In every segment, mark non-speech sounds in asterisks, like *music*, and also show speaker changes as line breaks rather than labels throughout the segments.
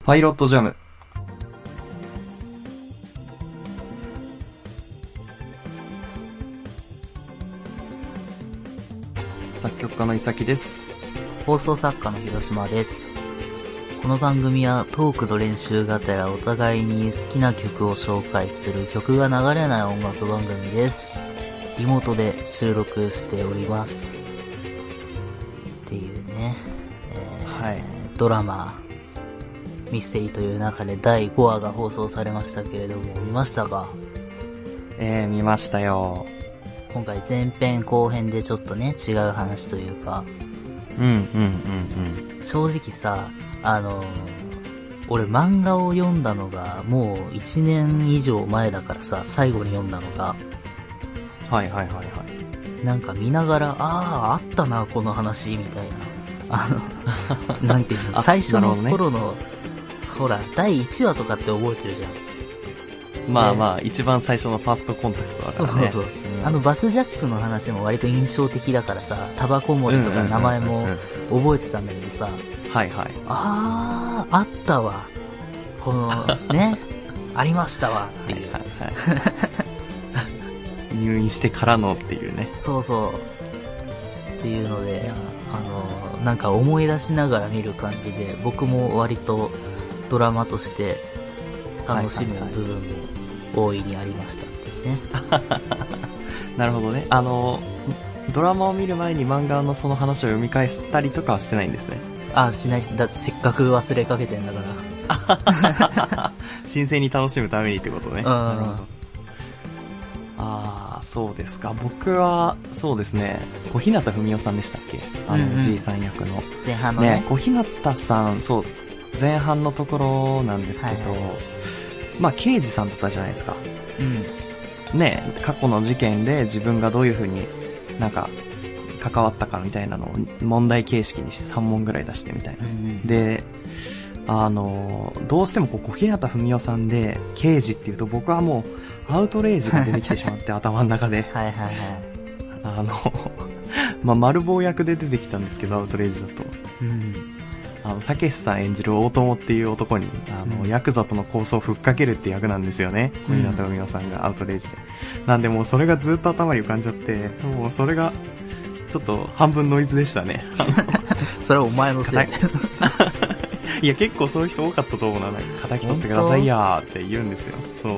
パイロットジャム作曲家のいさきです。
放送作家の広島です。この番組はトークの練習がてらお互いに好きな曲を紹介する曲が流れない音楽番組です。リモートで収録しております。っていうね、
はい。
ドラマ、ミステリーという中で第5話が放送されましたけれども、見ましたか
えー、見ましたよ。
今回前編後編でちょっとね、違う話というか、
うん、うん、うん、
正直さあの俺漫画を読んだのがもう1年以上前だからさ最後に読んだのが
うん。はいはいはいはい。
なんか見ながらああーあったなこの話みたいなあ
*laughs*
のなんていう
あ
の最初
なる
の
ほどね
頃のほら第1話とかって覚えてるじゃん
まあ
ね
まあ、一番最初のファーストコンタクトだか
そう
ら
そう
ね。
そう、
ん
あの、バスジャックの話も割と印象的だからさタバコ森とか名前
うんう
も
んうん
覚えてたんだけどさ、
うんはいはい。
あああったわこ *laughs* のねありましたわっていう、
はいはいはい。入院してからのっていうね。
そうそうっていうのであのなんか思い出しながら見る感じで僕も割とドラマとして楽しむ部分も大いにありましたっていうね、
なるほどね。あの、ドラマを見る前に漫画のその話を読み返したりとかはしてないんですね。
あしないだってせっかく忘れかけてんだから
新鮮に楽しむためにってことね。
ん
なるほどああ、そうですか。僕は、そうですね、小日向文世さんでしたっけあ
うんう
の、
ん
じいさん役の。
前半のね
ね、小日向さん、そう、前半のところなんですけど
はいは、
まあ、刑事さんだったじゃないですか。
うん
ね、過去の事件で自分がどういうふうになんか、関わったかみたいなのを問題形式にして3問ぐらい出してみたいな
う。ん
で、あの、どうしてもこう小日向文世さんで、刑事っていうと僕はもう、アウトレイジが出てきてしま
*laughs*
って、頭の中で。
はいはいはい
あの、まあ、丸棒役で出てきたんですけど、アウトレイジだと。
うん
あの、たけしさん演じる大友っていう男に、あの、
うん
ヤクザとの構想をふっかけるって役なんですよね。小
うん
日向文世さんがアウトレイジで。なんでもうそれがずっと頭に浮かんじゃって、もうそれが、ちょっと半分ノイズでしたね。
それはお前のせい
硬いいや、結構そういう人多かったと思うな。なんか、敵取ってくださいやーって言うんですよ。そう。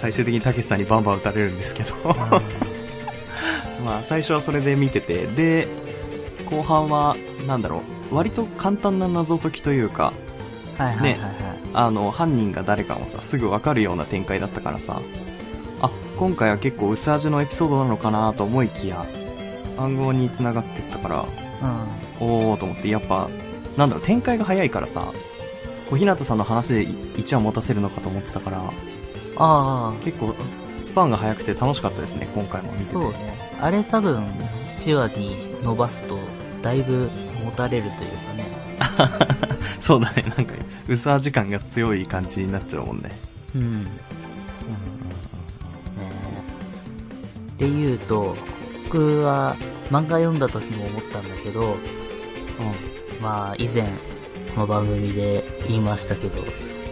最終的にたけしさんにバンバン打たれるんですけど。
*laughs*
まあ、最初はそれで見てて。で、後半は、なんだろう。割と簡単な謎解きというか、
はいはいはいはい、
あの、犯人が誰かもさ、すぐわかるような展開だったからさ。あ、今回は結構薄味のエピソードなのかなと思いきや、暗号に繋がってったから、
うん
おーと思って、やっぱ、なんだろう、展開が早いからさ、小日向さんの話で1話持たせるのかと思ってたから、
あ
結構、スパンが早くて楽しかったですね、今回も
あ、
見てて。
そうね。あれ多分、1話に伸ばすと、だいぶ持たれるというかね。
そうだね、なんか、薄味感が強い感じになっちゃうもんね。
うん。ねえで言うと、僕は漫画読んだ時も思ったんだけど、まあ以前、この番組で言いましたけど、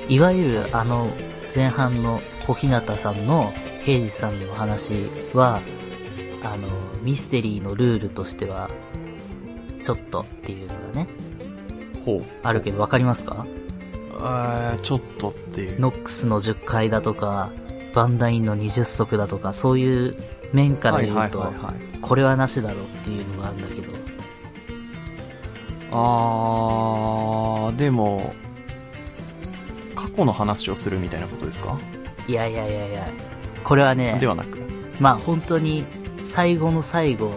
いわゆるあの前半の小日向さんの刑事さんの話は、あの、ミステリーのルールとしては、ちょっとっていうのがね、
うん。ほう。
あるけど、わかりますか
えー、ちょっとっていう。
ノックスの10階だとか、バンダインの20足だとか、そういう面から言う
はい
と
はい、はいはい。
これはなしだろうっていうのがあるんだけど、
あー、でも、過去の話をするみたいなことですか
いやいやいやいや、これはね
で、はなく。
まあ本当に最後の最後、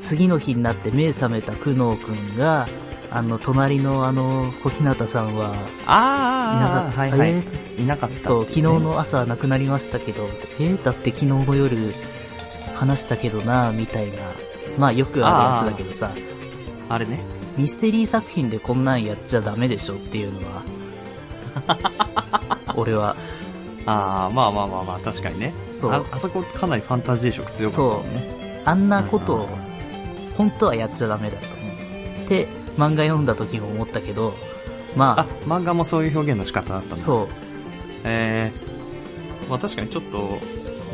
次の日になって目覚めた久能くんが、あの、隣のあの、小日向さんは、い
あ
なか
ー、
っ
は
た。
いはい。
えー
いなかったっていうね
そう、昨日の朝亡くなりましたけど、えーだって昨日の夜、話したけどな、みたいな。まあよくあるやつだけどさ、
あれね。
ミステリー作品でこんなんやっちゃダメでしょっていうの
*laughs*
は。俺は、
ああ、まあまあまあまあ、確かにね。
そう
ああそこかなりファンタジー色強かったもんね。
あんなこと
う
を
んうんうん
本当はやっちゃダメだと思って漫画読んだ時も思ったけど、
あ
ま、
漫画もそういう表現の仕方だったんだ。
あ、そう。
えー、まあ確かにちょっと、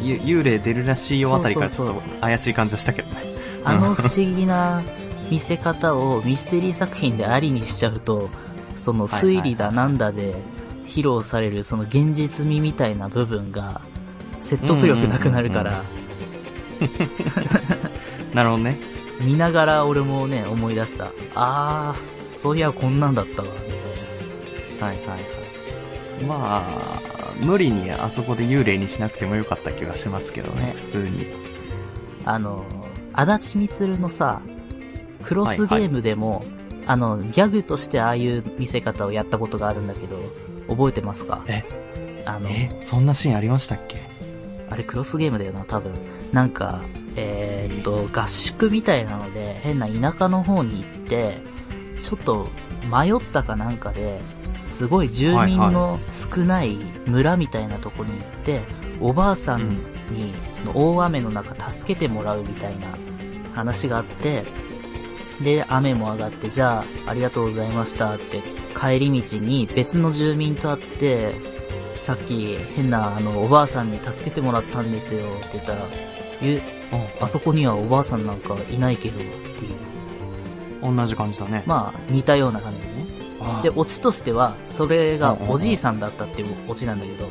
ゆ幽霊出るらしいよあたりからち
そう
ょっ
そうそう
と怪しい感じはしたけどね。 *laughs*
あの不思議な見せ方をミステリー作品でありにしちゃうと、その推理だなんだで披露されるその現実味みたいな部分が説得力なくなるから、
なるほどね。
見ながら俺もね、思い出した。あー、そういやこんなんだったわ、みたい
はいはいはい。まあ、無理にあそこで幽霊にしなくてもよかった気がしますけどね、
ね
普通に。
な。あの、足立みつるのさ、クロスゲームでも、あの、ギャグとしてああいう見せ方をやったことがあるんだけど、覚えてますか
え
あの、
え、そんなシーンありましたっけ
あれクロスゲームだよな、多分。なんか、えーっと、合宿みたいなので、変な田舎の方に行って、ちょっと迷ったかなんかで、すごい住民の少ない村みたいなとこに行って、おばあさんにその大雨の中助けてもらうみたいな話があって、で、雨も上がって、じゃあ、ありがとうございましたって、帰り道に別の住民と会って、さっき変なあのおばあさんに助けてもらったんですよって言ったら、ゆあそこにはおばあさんなんかいないけどっていう。
同じ感じだね。
まあ、似たような感じでね。
あ
で、オチとしては、それが
うんうんうん
おじいさんだったっていうオチなんだけど、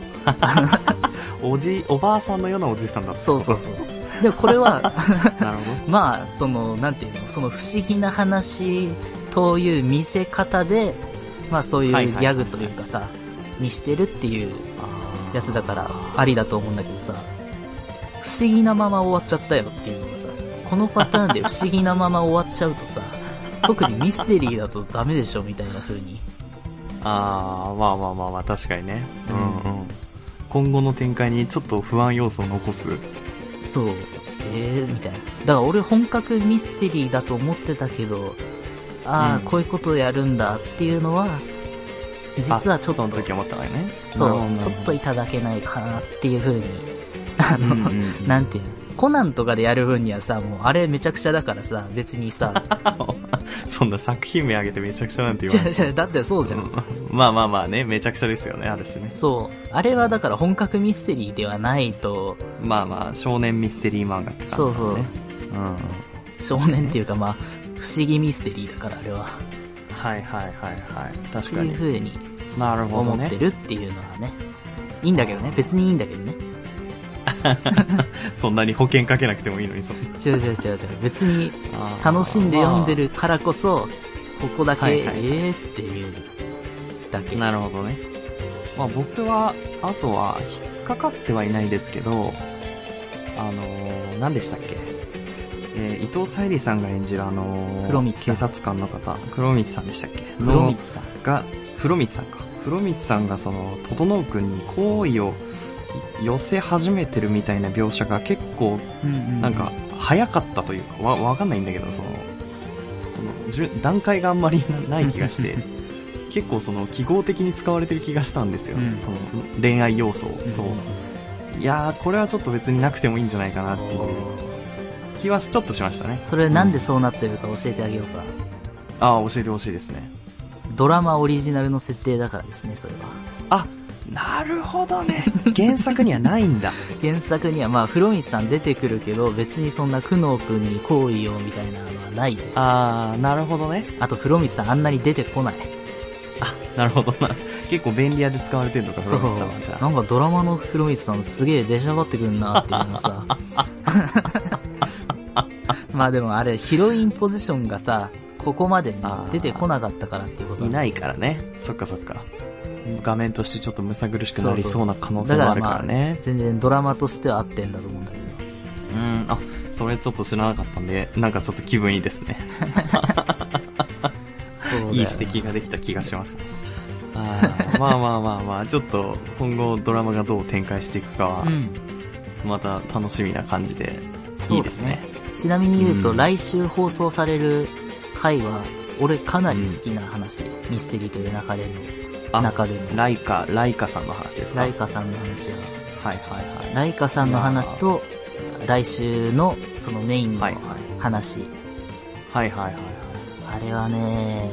おじ、おばあさんのようなおじさんだった。
そうそうそう。でもこれ *laughs* は、
*laughs* なるほ
まあ、その、なんていうの、その不思議な話という見せ方で、まあそういうギ
はいはいはい
ャグというかさ、にしてるっていう
ど。あー
やつだから、ありだと思うんだけどさ、不思議なまま終わっちゃったよっていうのがさ、このパターンで不思議なまま終わっちゃうとさ、特にミステリーだとダメでしょみたいな風に。
ああ、まあまあまあまあ、確かにね。
う
うんんうん。今後の展開にちょっと不安要素を残す。
そう、えー、みたいな。だから俺本格ミステリーだと思ってたけど、ああ、
うん
こういうことやるんだっていうのは、実はちょっ
あそ
と、
の時思ったからね。
そう、ちょっといただけないかなっていう風に、
た
のなんていうのコナンとかでやる分にはさ、もうあれめちゃくちゃだからさ、別にさ、
そんな作品名あげてめちゃくちゃ *laughs* なんて
じ
言わ
ゃ
ない。
じゃだってそうじゃ。
うんん *laughs* まあまあまあね、めちゃくちゃですよね、あるしね。
そう。あれはだから本格ミステリーではないと、
まあまあ、少年ミステリー漫画って感じだね。
そうそう
うんうん。
少年っていうかまあ、不思議ミステリーだからあれは。
はいはいはいはい。
っ
確
て
か
いう
に。
風に
なるほど
思っ
ね。
てるっていうのはね。いいんだけどね。別にいいんだけどね。
そんなに保険かけなくてもいいのに、そんな
違う違う違う違う。別に楽しんで読んで。るからこそ、ここだけ、
はい
え
はいはい
ーっていうだけ。
なるほどね。まあ僕は、あとは、引っかかってはいないですけど、あのー、何でしたっけえー伊藤沙莉さんが演じるあのー
黒光さん
警察官の方、黒光さんでしたっけ
黒光さん。
が、風呂光さんか。風呂光さんがその、整君に好意を寄せ始めてるみたいな描写が結構、
うんうんうん
なんか、早かったというか、わ、わかんないんだけど、その、その、じゅ段階があんまりなない気がして、結構その、記号的に使われてる気がしたんですよ、
うん
その、恋愛要素を。そう。
ん
いやー、これはちょっと別になくてもいいんじゃないかなってい
お
う
ー
気はちょっとしましたね。
それなんでそうなってるか教えてあげようか。
ああ、教えてほしいですね。
ドラマオリジナルの設定だからですね、それは。
あ、なるほどね。原作にはないんだ。
原作にはまあ、フロインさん出てくるけど、別にそんな苦悩君に好意をみたいなのはないです。
*laughs*
あ
あー、なるほどね。
と、フロミさんあんなに出てこない。
なるほどな。結構便利屋で使われてるのか、古
そう
本さんは。じゃ。あ。
なんかドラマのフロミさんすげえ出しゃばってくんなっていう
*laughs*
のさ。まあでもあれ、ヒロインポジションがさ、ここまで
あー
出てこなかったからっていうこと
い
だ
ないからね。そっかそっか。画面としてちょっとむさ苦しくなりそうな可能性もあるからね。
全然ドラマとしては合ってんだと思うんだけど。
うん、あ、それちょっと知らなかったんで、なんかちょっと気分いいですね。
そうだよね
いい指摘ができた気がします。あ
*laughs*
ーまあまあまあまあ、ちょっと今後ドラマがどう展開していくかは
う、ん。
また楽しみな感じで、
そう
いいですね。
ちなみに言うと、
うん
来週放送される回は、俺かなり好きな話。ミステリーという中での、
あ
中での。
ライカ、ライカさんの話ですか
ラ
は
イ
い
カさんの話は、
はいはい。
ライカさんの話と、来週のそのメインの
はいはい
話。
はいはいはいはい。
あれはね、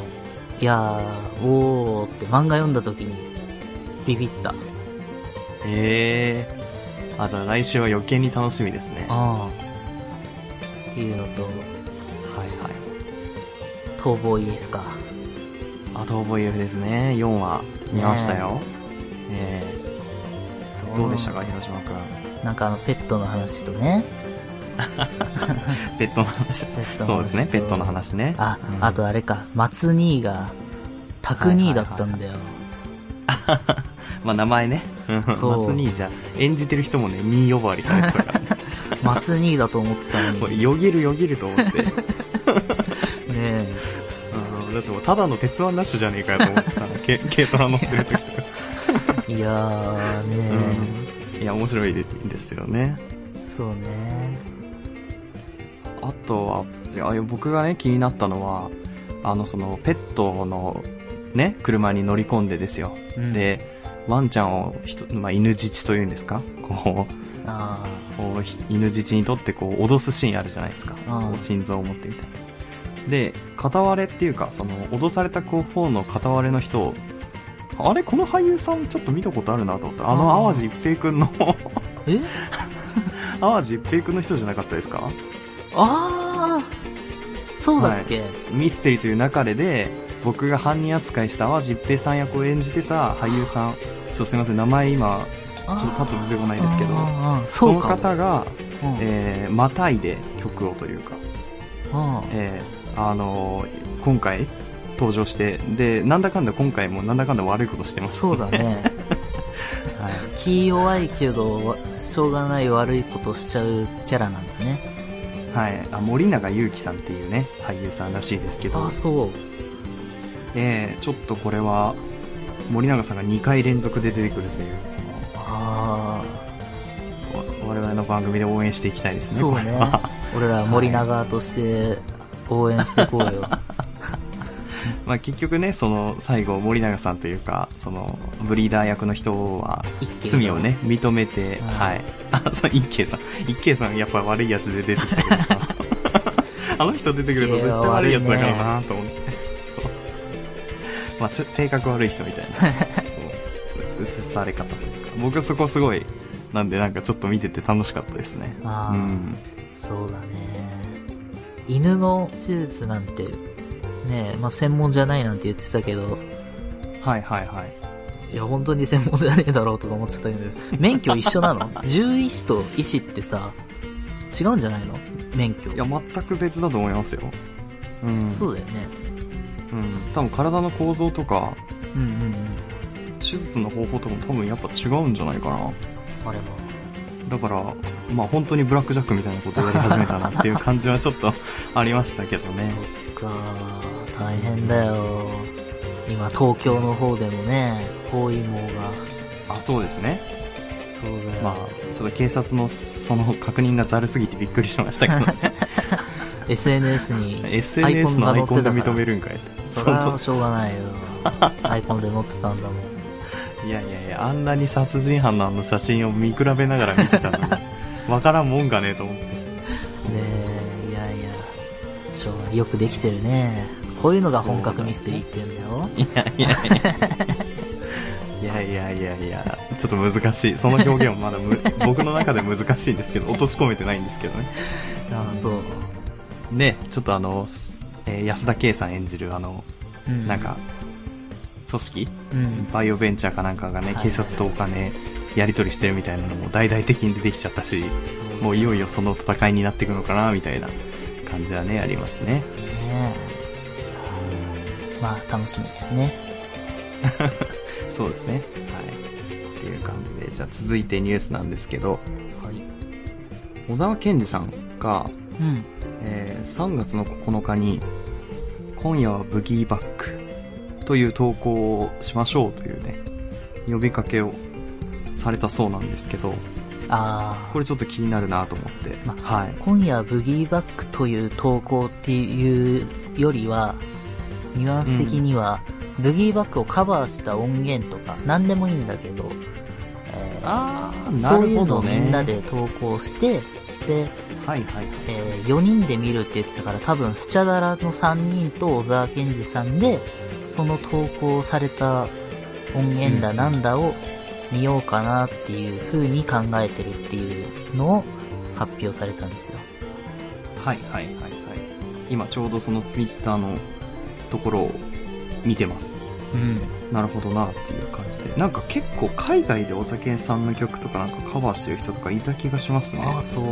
いやー、おーって漫画読んだ時に、ビビった。
ええー。あ、じゃあ来週は余計に楽しみですね。は
あーっていうのと、
いはい。
逃亡 EF か。
あと覚えですね。4話見ましたよ。ええどうでしたか、広島くん。
なんかあの、ペットの話とね。
ペットの話。
ペットの話と
そうですね、ペットの。話ね。
あ、
うん
あとあれか、松兄が、タク兄だったんだよ。
まあ名前ね。うん
そう
松兄じゃ、演じてる人もね、兄呼ばわりされてたから、ね、
*laughs* 松兄だと思ってた
*laughs*
の
もう
に。
よぎるよぎると思って。
ねえ。
うん、だってもうただの鉄腕ダッシュじゃねえかよと思ってさ、け軽トラ乗ってる時とか。
*laughs* いやーね
うん。いや、面白いですよね。
え、そうね。
あとは、いやいや僕がね、気になったのは、あの、その、ペットの、ね、車に乗り込んでですよ。
うん
で、ワンちゃんをひと、まあ、犬父というんですかこう、
あ
こうひ犬父にとってこう、脅すシーンあるじゃないですか。
うん
こう心臓を持ってみたいな。で、片割れっていうか、その、脅されたこう方の片割れの人を、あれこの俳優さんちょっと見たことあるなと思ったらあの
うん
淡路一平くんの、
あ。え
淡路一平くんの人じゃなかったですか
あーそうだっけ、
ミステリーという中でで、僕が犯人扱いした淡路一平さん役を演じてた俳優さん、ちょっとすいません、名前今、
あー
ちょっとパッと出てこないですけど
あーあー
そ
そう
の
かも。
方が、
うん
えー、またいで曲をというか、
あー
えー、あのー今回、登場して、で、なんだかんだ今回もなんだかんだ悪いことしてます。
そうだ
*laughs*
ね。
はい。
気弱いけど、わしょうがない悪いことしちゃうキャラなんだね。
はい。あ、森永祐樹さんっていうね、俳優さんらしいですけ
あ
ど、
そう。
えー、ちょっとこれは、森永さんが2回連続で出てくるという、
あ
この我々の番組で応援していきたいです
あ、
ね。
そう
これ
ね
は。
俺ら森永として応援していこうよ。
まあ、結局ね、その最後、森永さんというか、そのブリーダー役の人は、
*laughs* 一気に
罪をね、認めて、
うん
はい。あ、そう、一慶さん。一慶さん、やっぱ悪いやつで出てきたけどさ。 *laughs* あの人出てくると絶対悪いやつだからなと思って。そう *laughs* まあ、し性格悪い人みたい *laughs* な。そう。映され方というか。僕そこすごい、なんでなんかちょっと見てて楽しかったですね。
あ
う
ー
ん。
そうだね。犬の手術なんて、ねえ、まあ、専門じゃないなんて言ってたけど、
はいはいはい。
いや、本当に専門じゃねえだろうとか思っちゃったけど、免許一緒な *laughs* の獣医師と医師ってさ、違うんじゃないの免許
い。や、全く別だと思いますよ。うん。
そうだよね。
うん。多分体の構造とか、
うんうんうん。
手術の方法とかも多分やっぱ違うんじゃないかな。
あれは。
だから、まあ本当にブラックジャックみたいなことをやり始めたなっていう感じはちょっとありましたけどね。
そっか、大変だよ。今、東京の方でもね、包囲網が。
あ、そうですね。
そうだよ。
まあ、ちょっと警察のその確認がざるすぎてびっくりしましたけ
*laughs*
ど、ね、
SNS に *laughs*
SNS のアイコンで
アイコンが載ってたか
認
ら
めるんかい
そ
そ
れ
うそ
はしょうがないよ。アイコンで載ってたんだもん。
う。いやいやいや、あんなに殺人犯のあの写真を見比べながら見てたのに、
*laughs*
わからんもんかねと思って。
ねえ、いやいや、しょうがない。よくできてるね。こういうのが本格ミステリーって言うんだよ。
いやいやいやいや、ちょっと難しい。その表現もま
*laughs*
だむ僕の中で難しいんですけど、落とし込めてないんですけどね。
ああ、そう。
で、ちょっとあの、すえー安田圭さん演じるあの、
うん
なんか、組織
うん。
バイオベンチャーかなんかがね、
はい
警察とお金、やり取りしてるみたいなのも大々的に出てきちゃったし、
そう
もう
ね
いよいよその戦いになっていくのかな、みたいな感じはね、ありますね。
え。いやまあ、楽しみですね。
そうですね。はい。っていう感じで、じゃあ続いてニュースなんですけど、
はい。
小沢健二さんが、
うん。
えー3月の9日に、今夜はブギーバックという投稿をしましょうというね、呼びかけをされたそうなんですけど、
あ
これちょっと気になるなと思って、
ま
はい
あ、。今夜ブギーバックという投稿っていうよりは、ニュアンス的には、ブギーバックをカバーした音源とか、何でもいいんだけど、えー
ああ
そういうのをみんなで投稿して、で、
はいはいはい。
え4人で見るって言ってたから、多分スチャダラの3人と小沢健二さんで、その投稿された音源だなんだを見ようかなっていう風に考えてるっていうのを発表されたんですよ。
はいはいはいはい。今ちょうどそのツイッターのところを見てます。
うん。
なるほどなっていう感じで。なんか結構海外でお酒さんの曲とかなんかカバーしてる人とかいた気がしますね。
ああ、そう。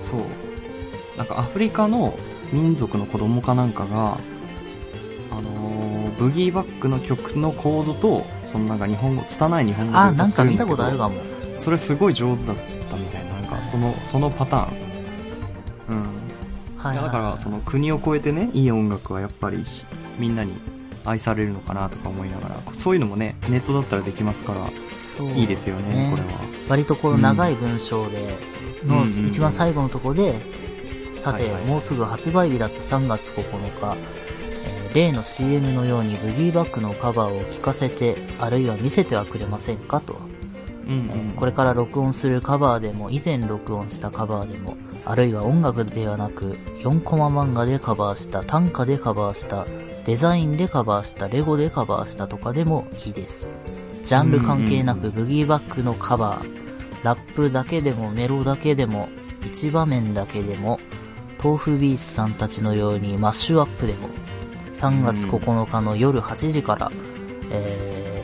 そう。なんかアフリカの民族の子供かなんかが、あのーブギーバックの曲のコードと、そのなんか日本語、拙い日本語で歌
あ、
ってるんだけど
なんか見たことあるかも。
それすごい上手だったみたいな、なんかその、そのパターン。うん。
はい、
いや
は
だ
い。
からその国を越えてねいい音楽はやっぱりみんなに愛されるのかなとか思いながらそういうのもねネットだったらできますから
そう
いいですよねこれは
割とこう長い文章で、の
うん
一番最後のとこで、さて、
はいはい
もうすぐ発売日だった3月9日、えー例の CM のようにブギーバックのカバーを聞かせて、あるいは見せてはくれませんかと。
うんう
え
ん
ーこれから録音するカバーでも、以前録音したカバーでも、あるいは音楽ではなく、4コマ漫画でカバーした、短歌でカバーした、デザインでカバーした、レゴでカバーしたとかでもいいです。ジャンル関係な
うんう
くブギーバックのカバー、ラップだけでもメロだけでも、一場面だけでも、豆腐ビースさんたちのようにマッシュアップでも、3月9日の夜8時から、え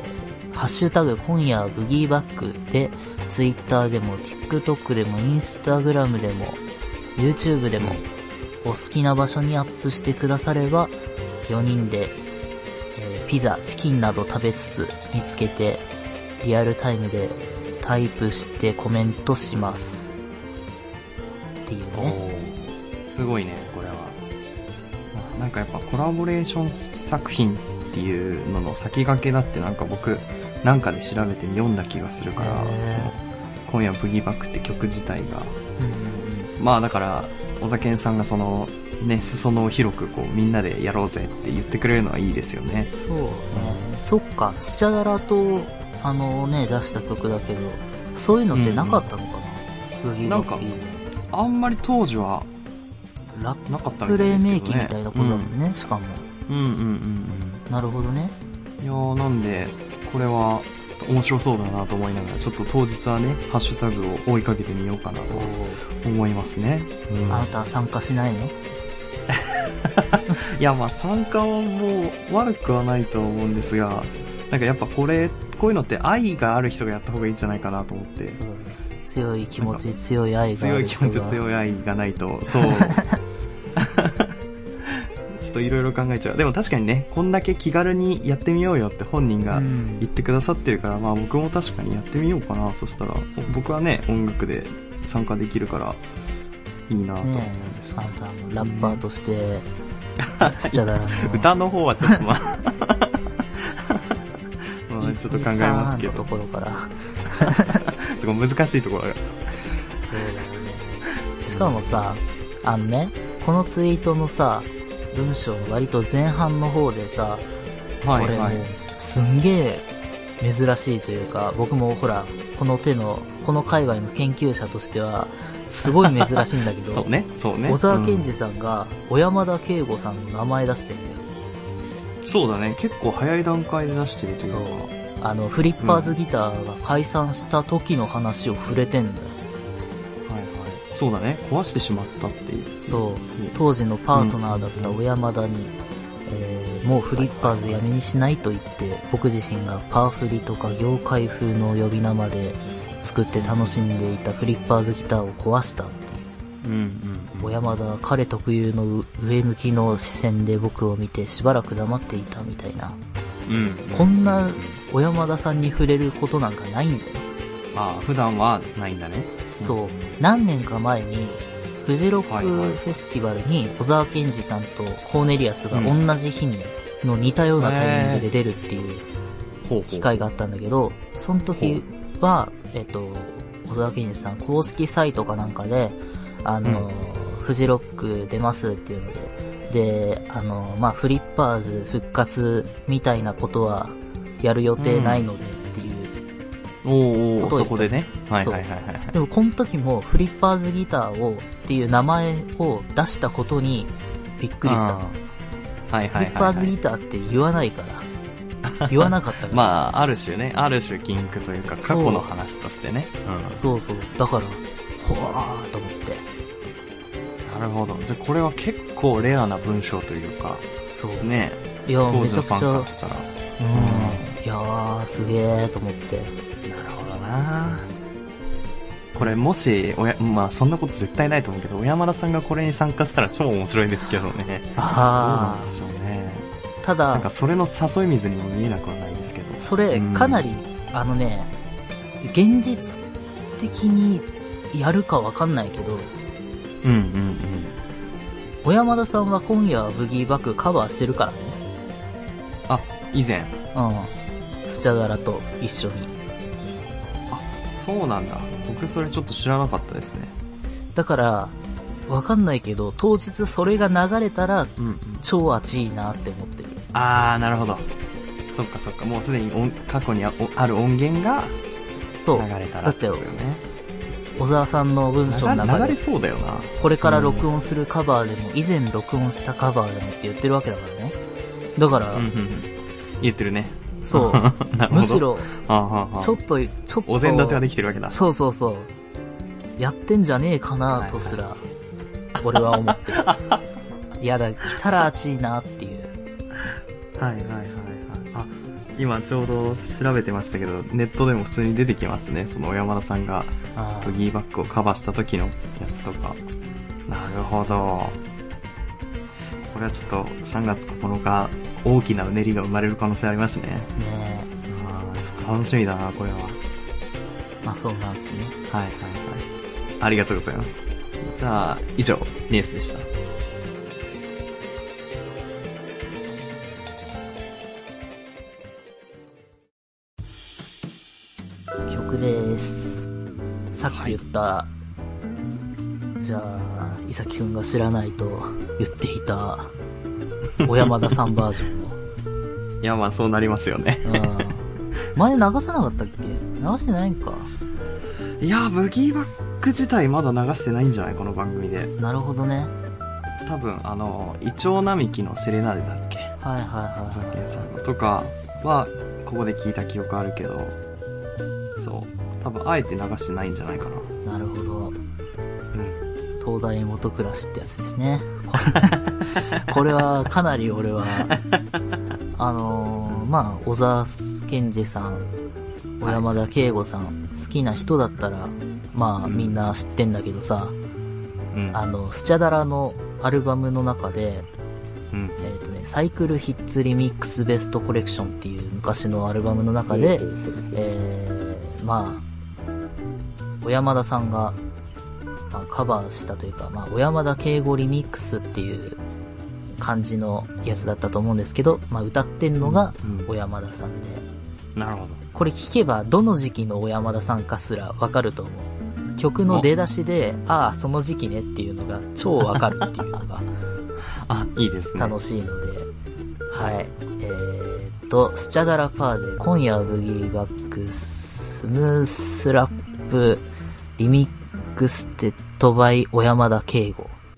ー、ハッシュタグ今夜はブギーバックで、Twitter でも TikTok でも Instagram でも YouTube でも、お好きな場所にアップしてくだされば、4人で、えーピザ、チキンなど食べつつ見つけて、リアルタイムでタイプしてコメントします。っていう
お
ね。
ーすごいねこれはまあなんかやっぱコラボレーション作品っていうのの先駆けだってなんか僕なんかで調べて読んだ気がするから
へ
今夜ブギーバックって曲自体が
うんうんうん
まあだから、おざけんさんがその、ね、裾野を広くこうみんなでやろうぜって言ってくれるのはいいですよね。
そうね。そっか、スチャダラと、あのね、出した曲だけど、そういうのってなかったのかな、ブギーバック
なんか
いいね
あんまり当時は
ラッ
なかった
プ
みたいですけど
レイ
ね。
名機みたいなことだもんね、しかも。
うん。うんうん
なるほどね。
うんうん。いやーなんで、これは面白そうだなと思いながら、ちょっと当日はね、ハッシュタグを追いかけてみようかなと思いますね。うん、
あなたは参加しないの
いや、まあ参加はもう悪くはないと思うんですが、なんかやっぱこれ、こういうのって愛がある人がやった方がいいんじゃないかなと思って。
強い気持ち、強い愛があ
強い
る
気
人が。
持ち強い愛がないと、そう。 *laughs* ちょっといろいろ考えちゃう。でも確かにね、こんだけ気軽にやってみようよって本人
う
が
ん
言ってくださってるから、まあ僕も確かにやってみようかな。そしたら、そう僕はね、音楽で参加できるから、いいなと思うん
ね
です
え、あ
けど。
なたもラッパーとして、スチャダラの。
歌の方はちょっとま
*laughs*
あ、まあちょっと考えますけ
123のと
ど、
ころから。そう
すごい難しいところが。
だよね。しかもさ、あのね、このツイートのさ、文章の割と前半の方でさ、これもうすんげえ珍しいというか、僕もほら、この手の、この界隈の研究者としては、すごい珍しいんだけ
*laughs*
ど、
そうね、そうね。
小沢健
う
二さんが、小山田圭吾さんの名前出してんだよ。
んそうだね、結構早い段階で出してるというか。
そう。あの、フリッパーズギターが解散した時の話を触れてんだよ。
はいはい、そうだね壊してしまったっていう
そう
言っ。て
当時のパートナーだった小山田に、えーもうフリッパーズやめにしないと言って、僕自身がパーフリとか業界風の呼び名まで作って楽しんでいたフリッパーズギターを壊したっ
う
ていう。
んうんうん
小山田は彼特有の上向きの視線で僕を見てしばらく黙っていたみたいな。
うん
こんな小山田さんに触れることなんかないんだよ。
ああ普段はないんだね
そう。何年か前に、フジロッ
はい
ク
はい
フェスティバルに小沢健二さんとコーネリアスが同じ日に、の似たようなタイミングで出るっていう
ほうほう
機会があったんだけど、その時は、えっと、小沢健二さん公式サイトかなんかで、あの、フジロック出ますっていうので、で、あの、まあ、フリッパーズ復活みたいなことはやる予定ないのでってい
おうおう
う、ことを言った
そこでねはい
そう
はいはいはいはい
でもこの時もフリッパーズギターをっていう名前を出したことにびっくりした。
あはいはいはい、はい。
ニッパーズギターって言わな
*laughs*
いから。言わなかったから。
まあ、ある種ね、ある種禁句というか、過去の話としてね。う
そうそう。だから、ほわーと思って。
ん。なるほど。じゃあこれは結構レアな文章というか、
そう。
ね、
いや、
当
め
時
ちゃ
の
く
ファン
ちゃ、
か
う
らしたら。
ん。いやー、すげーと思って。
なるほどなこれもし、おや、まあそんなこと絶対ないと思うけど、小山田さんがこれに参加したら超面白いですけどね。どうな
あ
んでしょうね。
ー。た
なんか
だ、
それの誘い水にも見えなくはないですけど。
それ
うん、
かなり、あのね、現実的にやるかわかんないけど、
うんうんうん。
小山田さんは今夜はブギーバックカバーしてるからね。
あ、以前。
うん。スチャダラと一緒に。
そうなんだ。僕それちょっと知らなかったですね。
だから、わかんないけど、当日それが流れたら、
うんうん。
超熱いなって思ってる。
あー、なるほど。そっかそっか。もうすでに音過去にあおある音源が
そう。
流れたら
だって
こ、とだよね。
小沢さんの文章の
流
中
れ流れ
で、
そうだよな。
これから録音するカバーでも、以前録音したカバーでもって言ってるわけだからね。だから、
うんうんうん。言ってるね。*laughs*
そ
なるほ
う。
ど
むしろ、
あーはーはー
ちょっと、ちょっと、
お膳立てができてるわけだ。
そうそうそう。やってんじゃねえかなとすら、俺は
*laughs*
思ってる。いやだ、来たら熱いなっていう。
はいはいはいはい。あ、今ちょうど調べてましたけど、ネットでも普通に出てきますね。その小山田さんが
あ
ブ
ー
ギーバックをカバーした時のやつとか。なるほど。これはちょっと3月9日、大きなうねりが生まれる可能性ありますね。
ね
ああ、ちょっと楽しみだな、これは。はい
え。まあそうなんですね。
はいはい。ありがとうございます。じゃあ、以上、ニュースでした。
曲です。さっき言った、じゃあ、いさきくんが知らないと言ってい *laughs* た、小山田さんバージョンも。
いや、まあそうなりますよね。
うん。前流さなかったっけ流してないんか。
*laughs* いや、ブギーバック自体まだ流してないんじゃないこの番組で。
*laughs* なるほどね。
多分あのイチョウ並木のセレナーデだっけ
はいはいは
野
い
崎
はい。
さんのとかはここで聞いた記憶あるけどそう多分あえて流してないんじゃないかな
なるほど。
うん
東大元暮らしってやつですね。これこれはかなり俺は、あのーまあ、小沢健二さん、小山田圭吾さん、好きな人だったら、まあ
うん
みんな知ってんだけどさ、
うん
あの、スチャダラのアルバムの中で、
うん
えっ、とね、サイクルヒッツリミックスベストコレクションっていう昔のアルバムの中で、えー、まあ、小山田さんが、まあ、カバーしたというか、まあ、小山田敬吾リミックスっていう感じのやつだったと思うんですけど、まあ、歌ってんのが
うん
小山田さんで、
なるほど
これ聞けばどの時期の小山田さんかすらわかると思う。曲の出だしで、ああ、その時期ねっていうのが超わかるっていうのが。
あいいですね
楽しいので、はい。えーっと、スチャダラパーで、今夜はブギーバック、スムースラップ、リミックステッドバイ、小山田圭吾。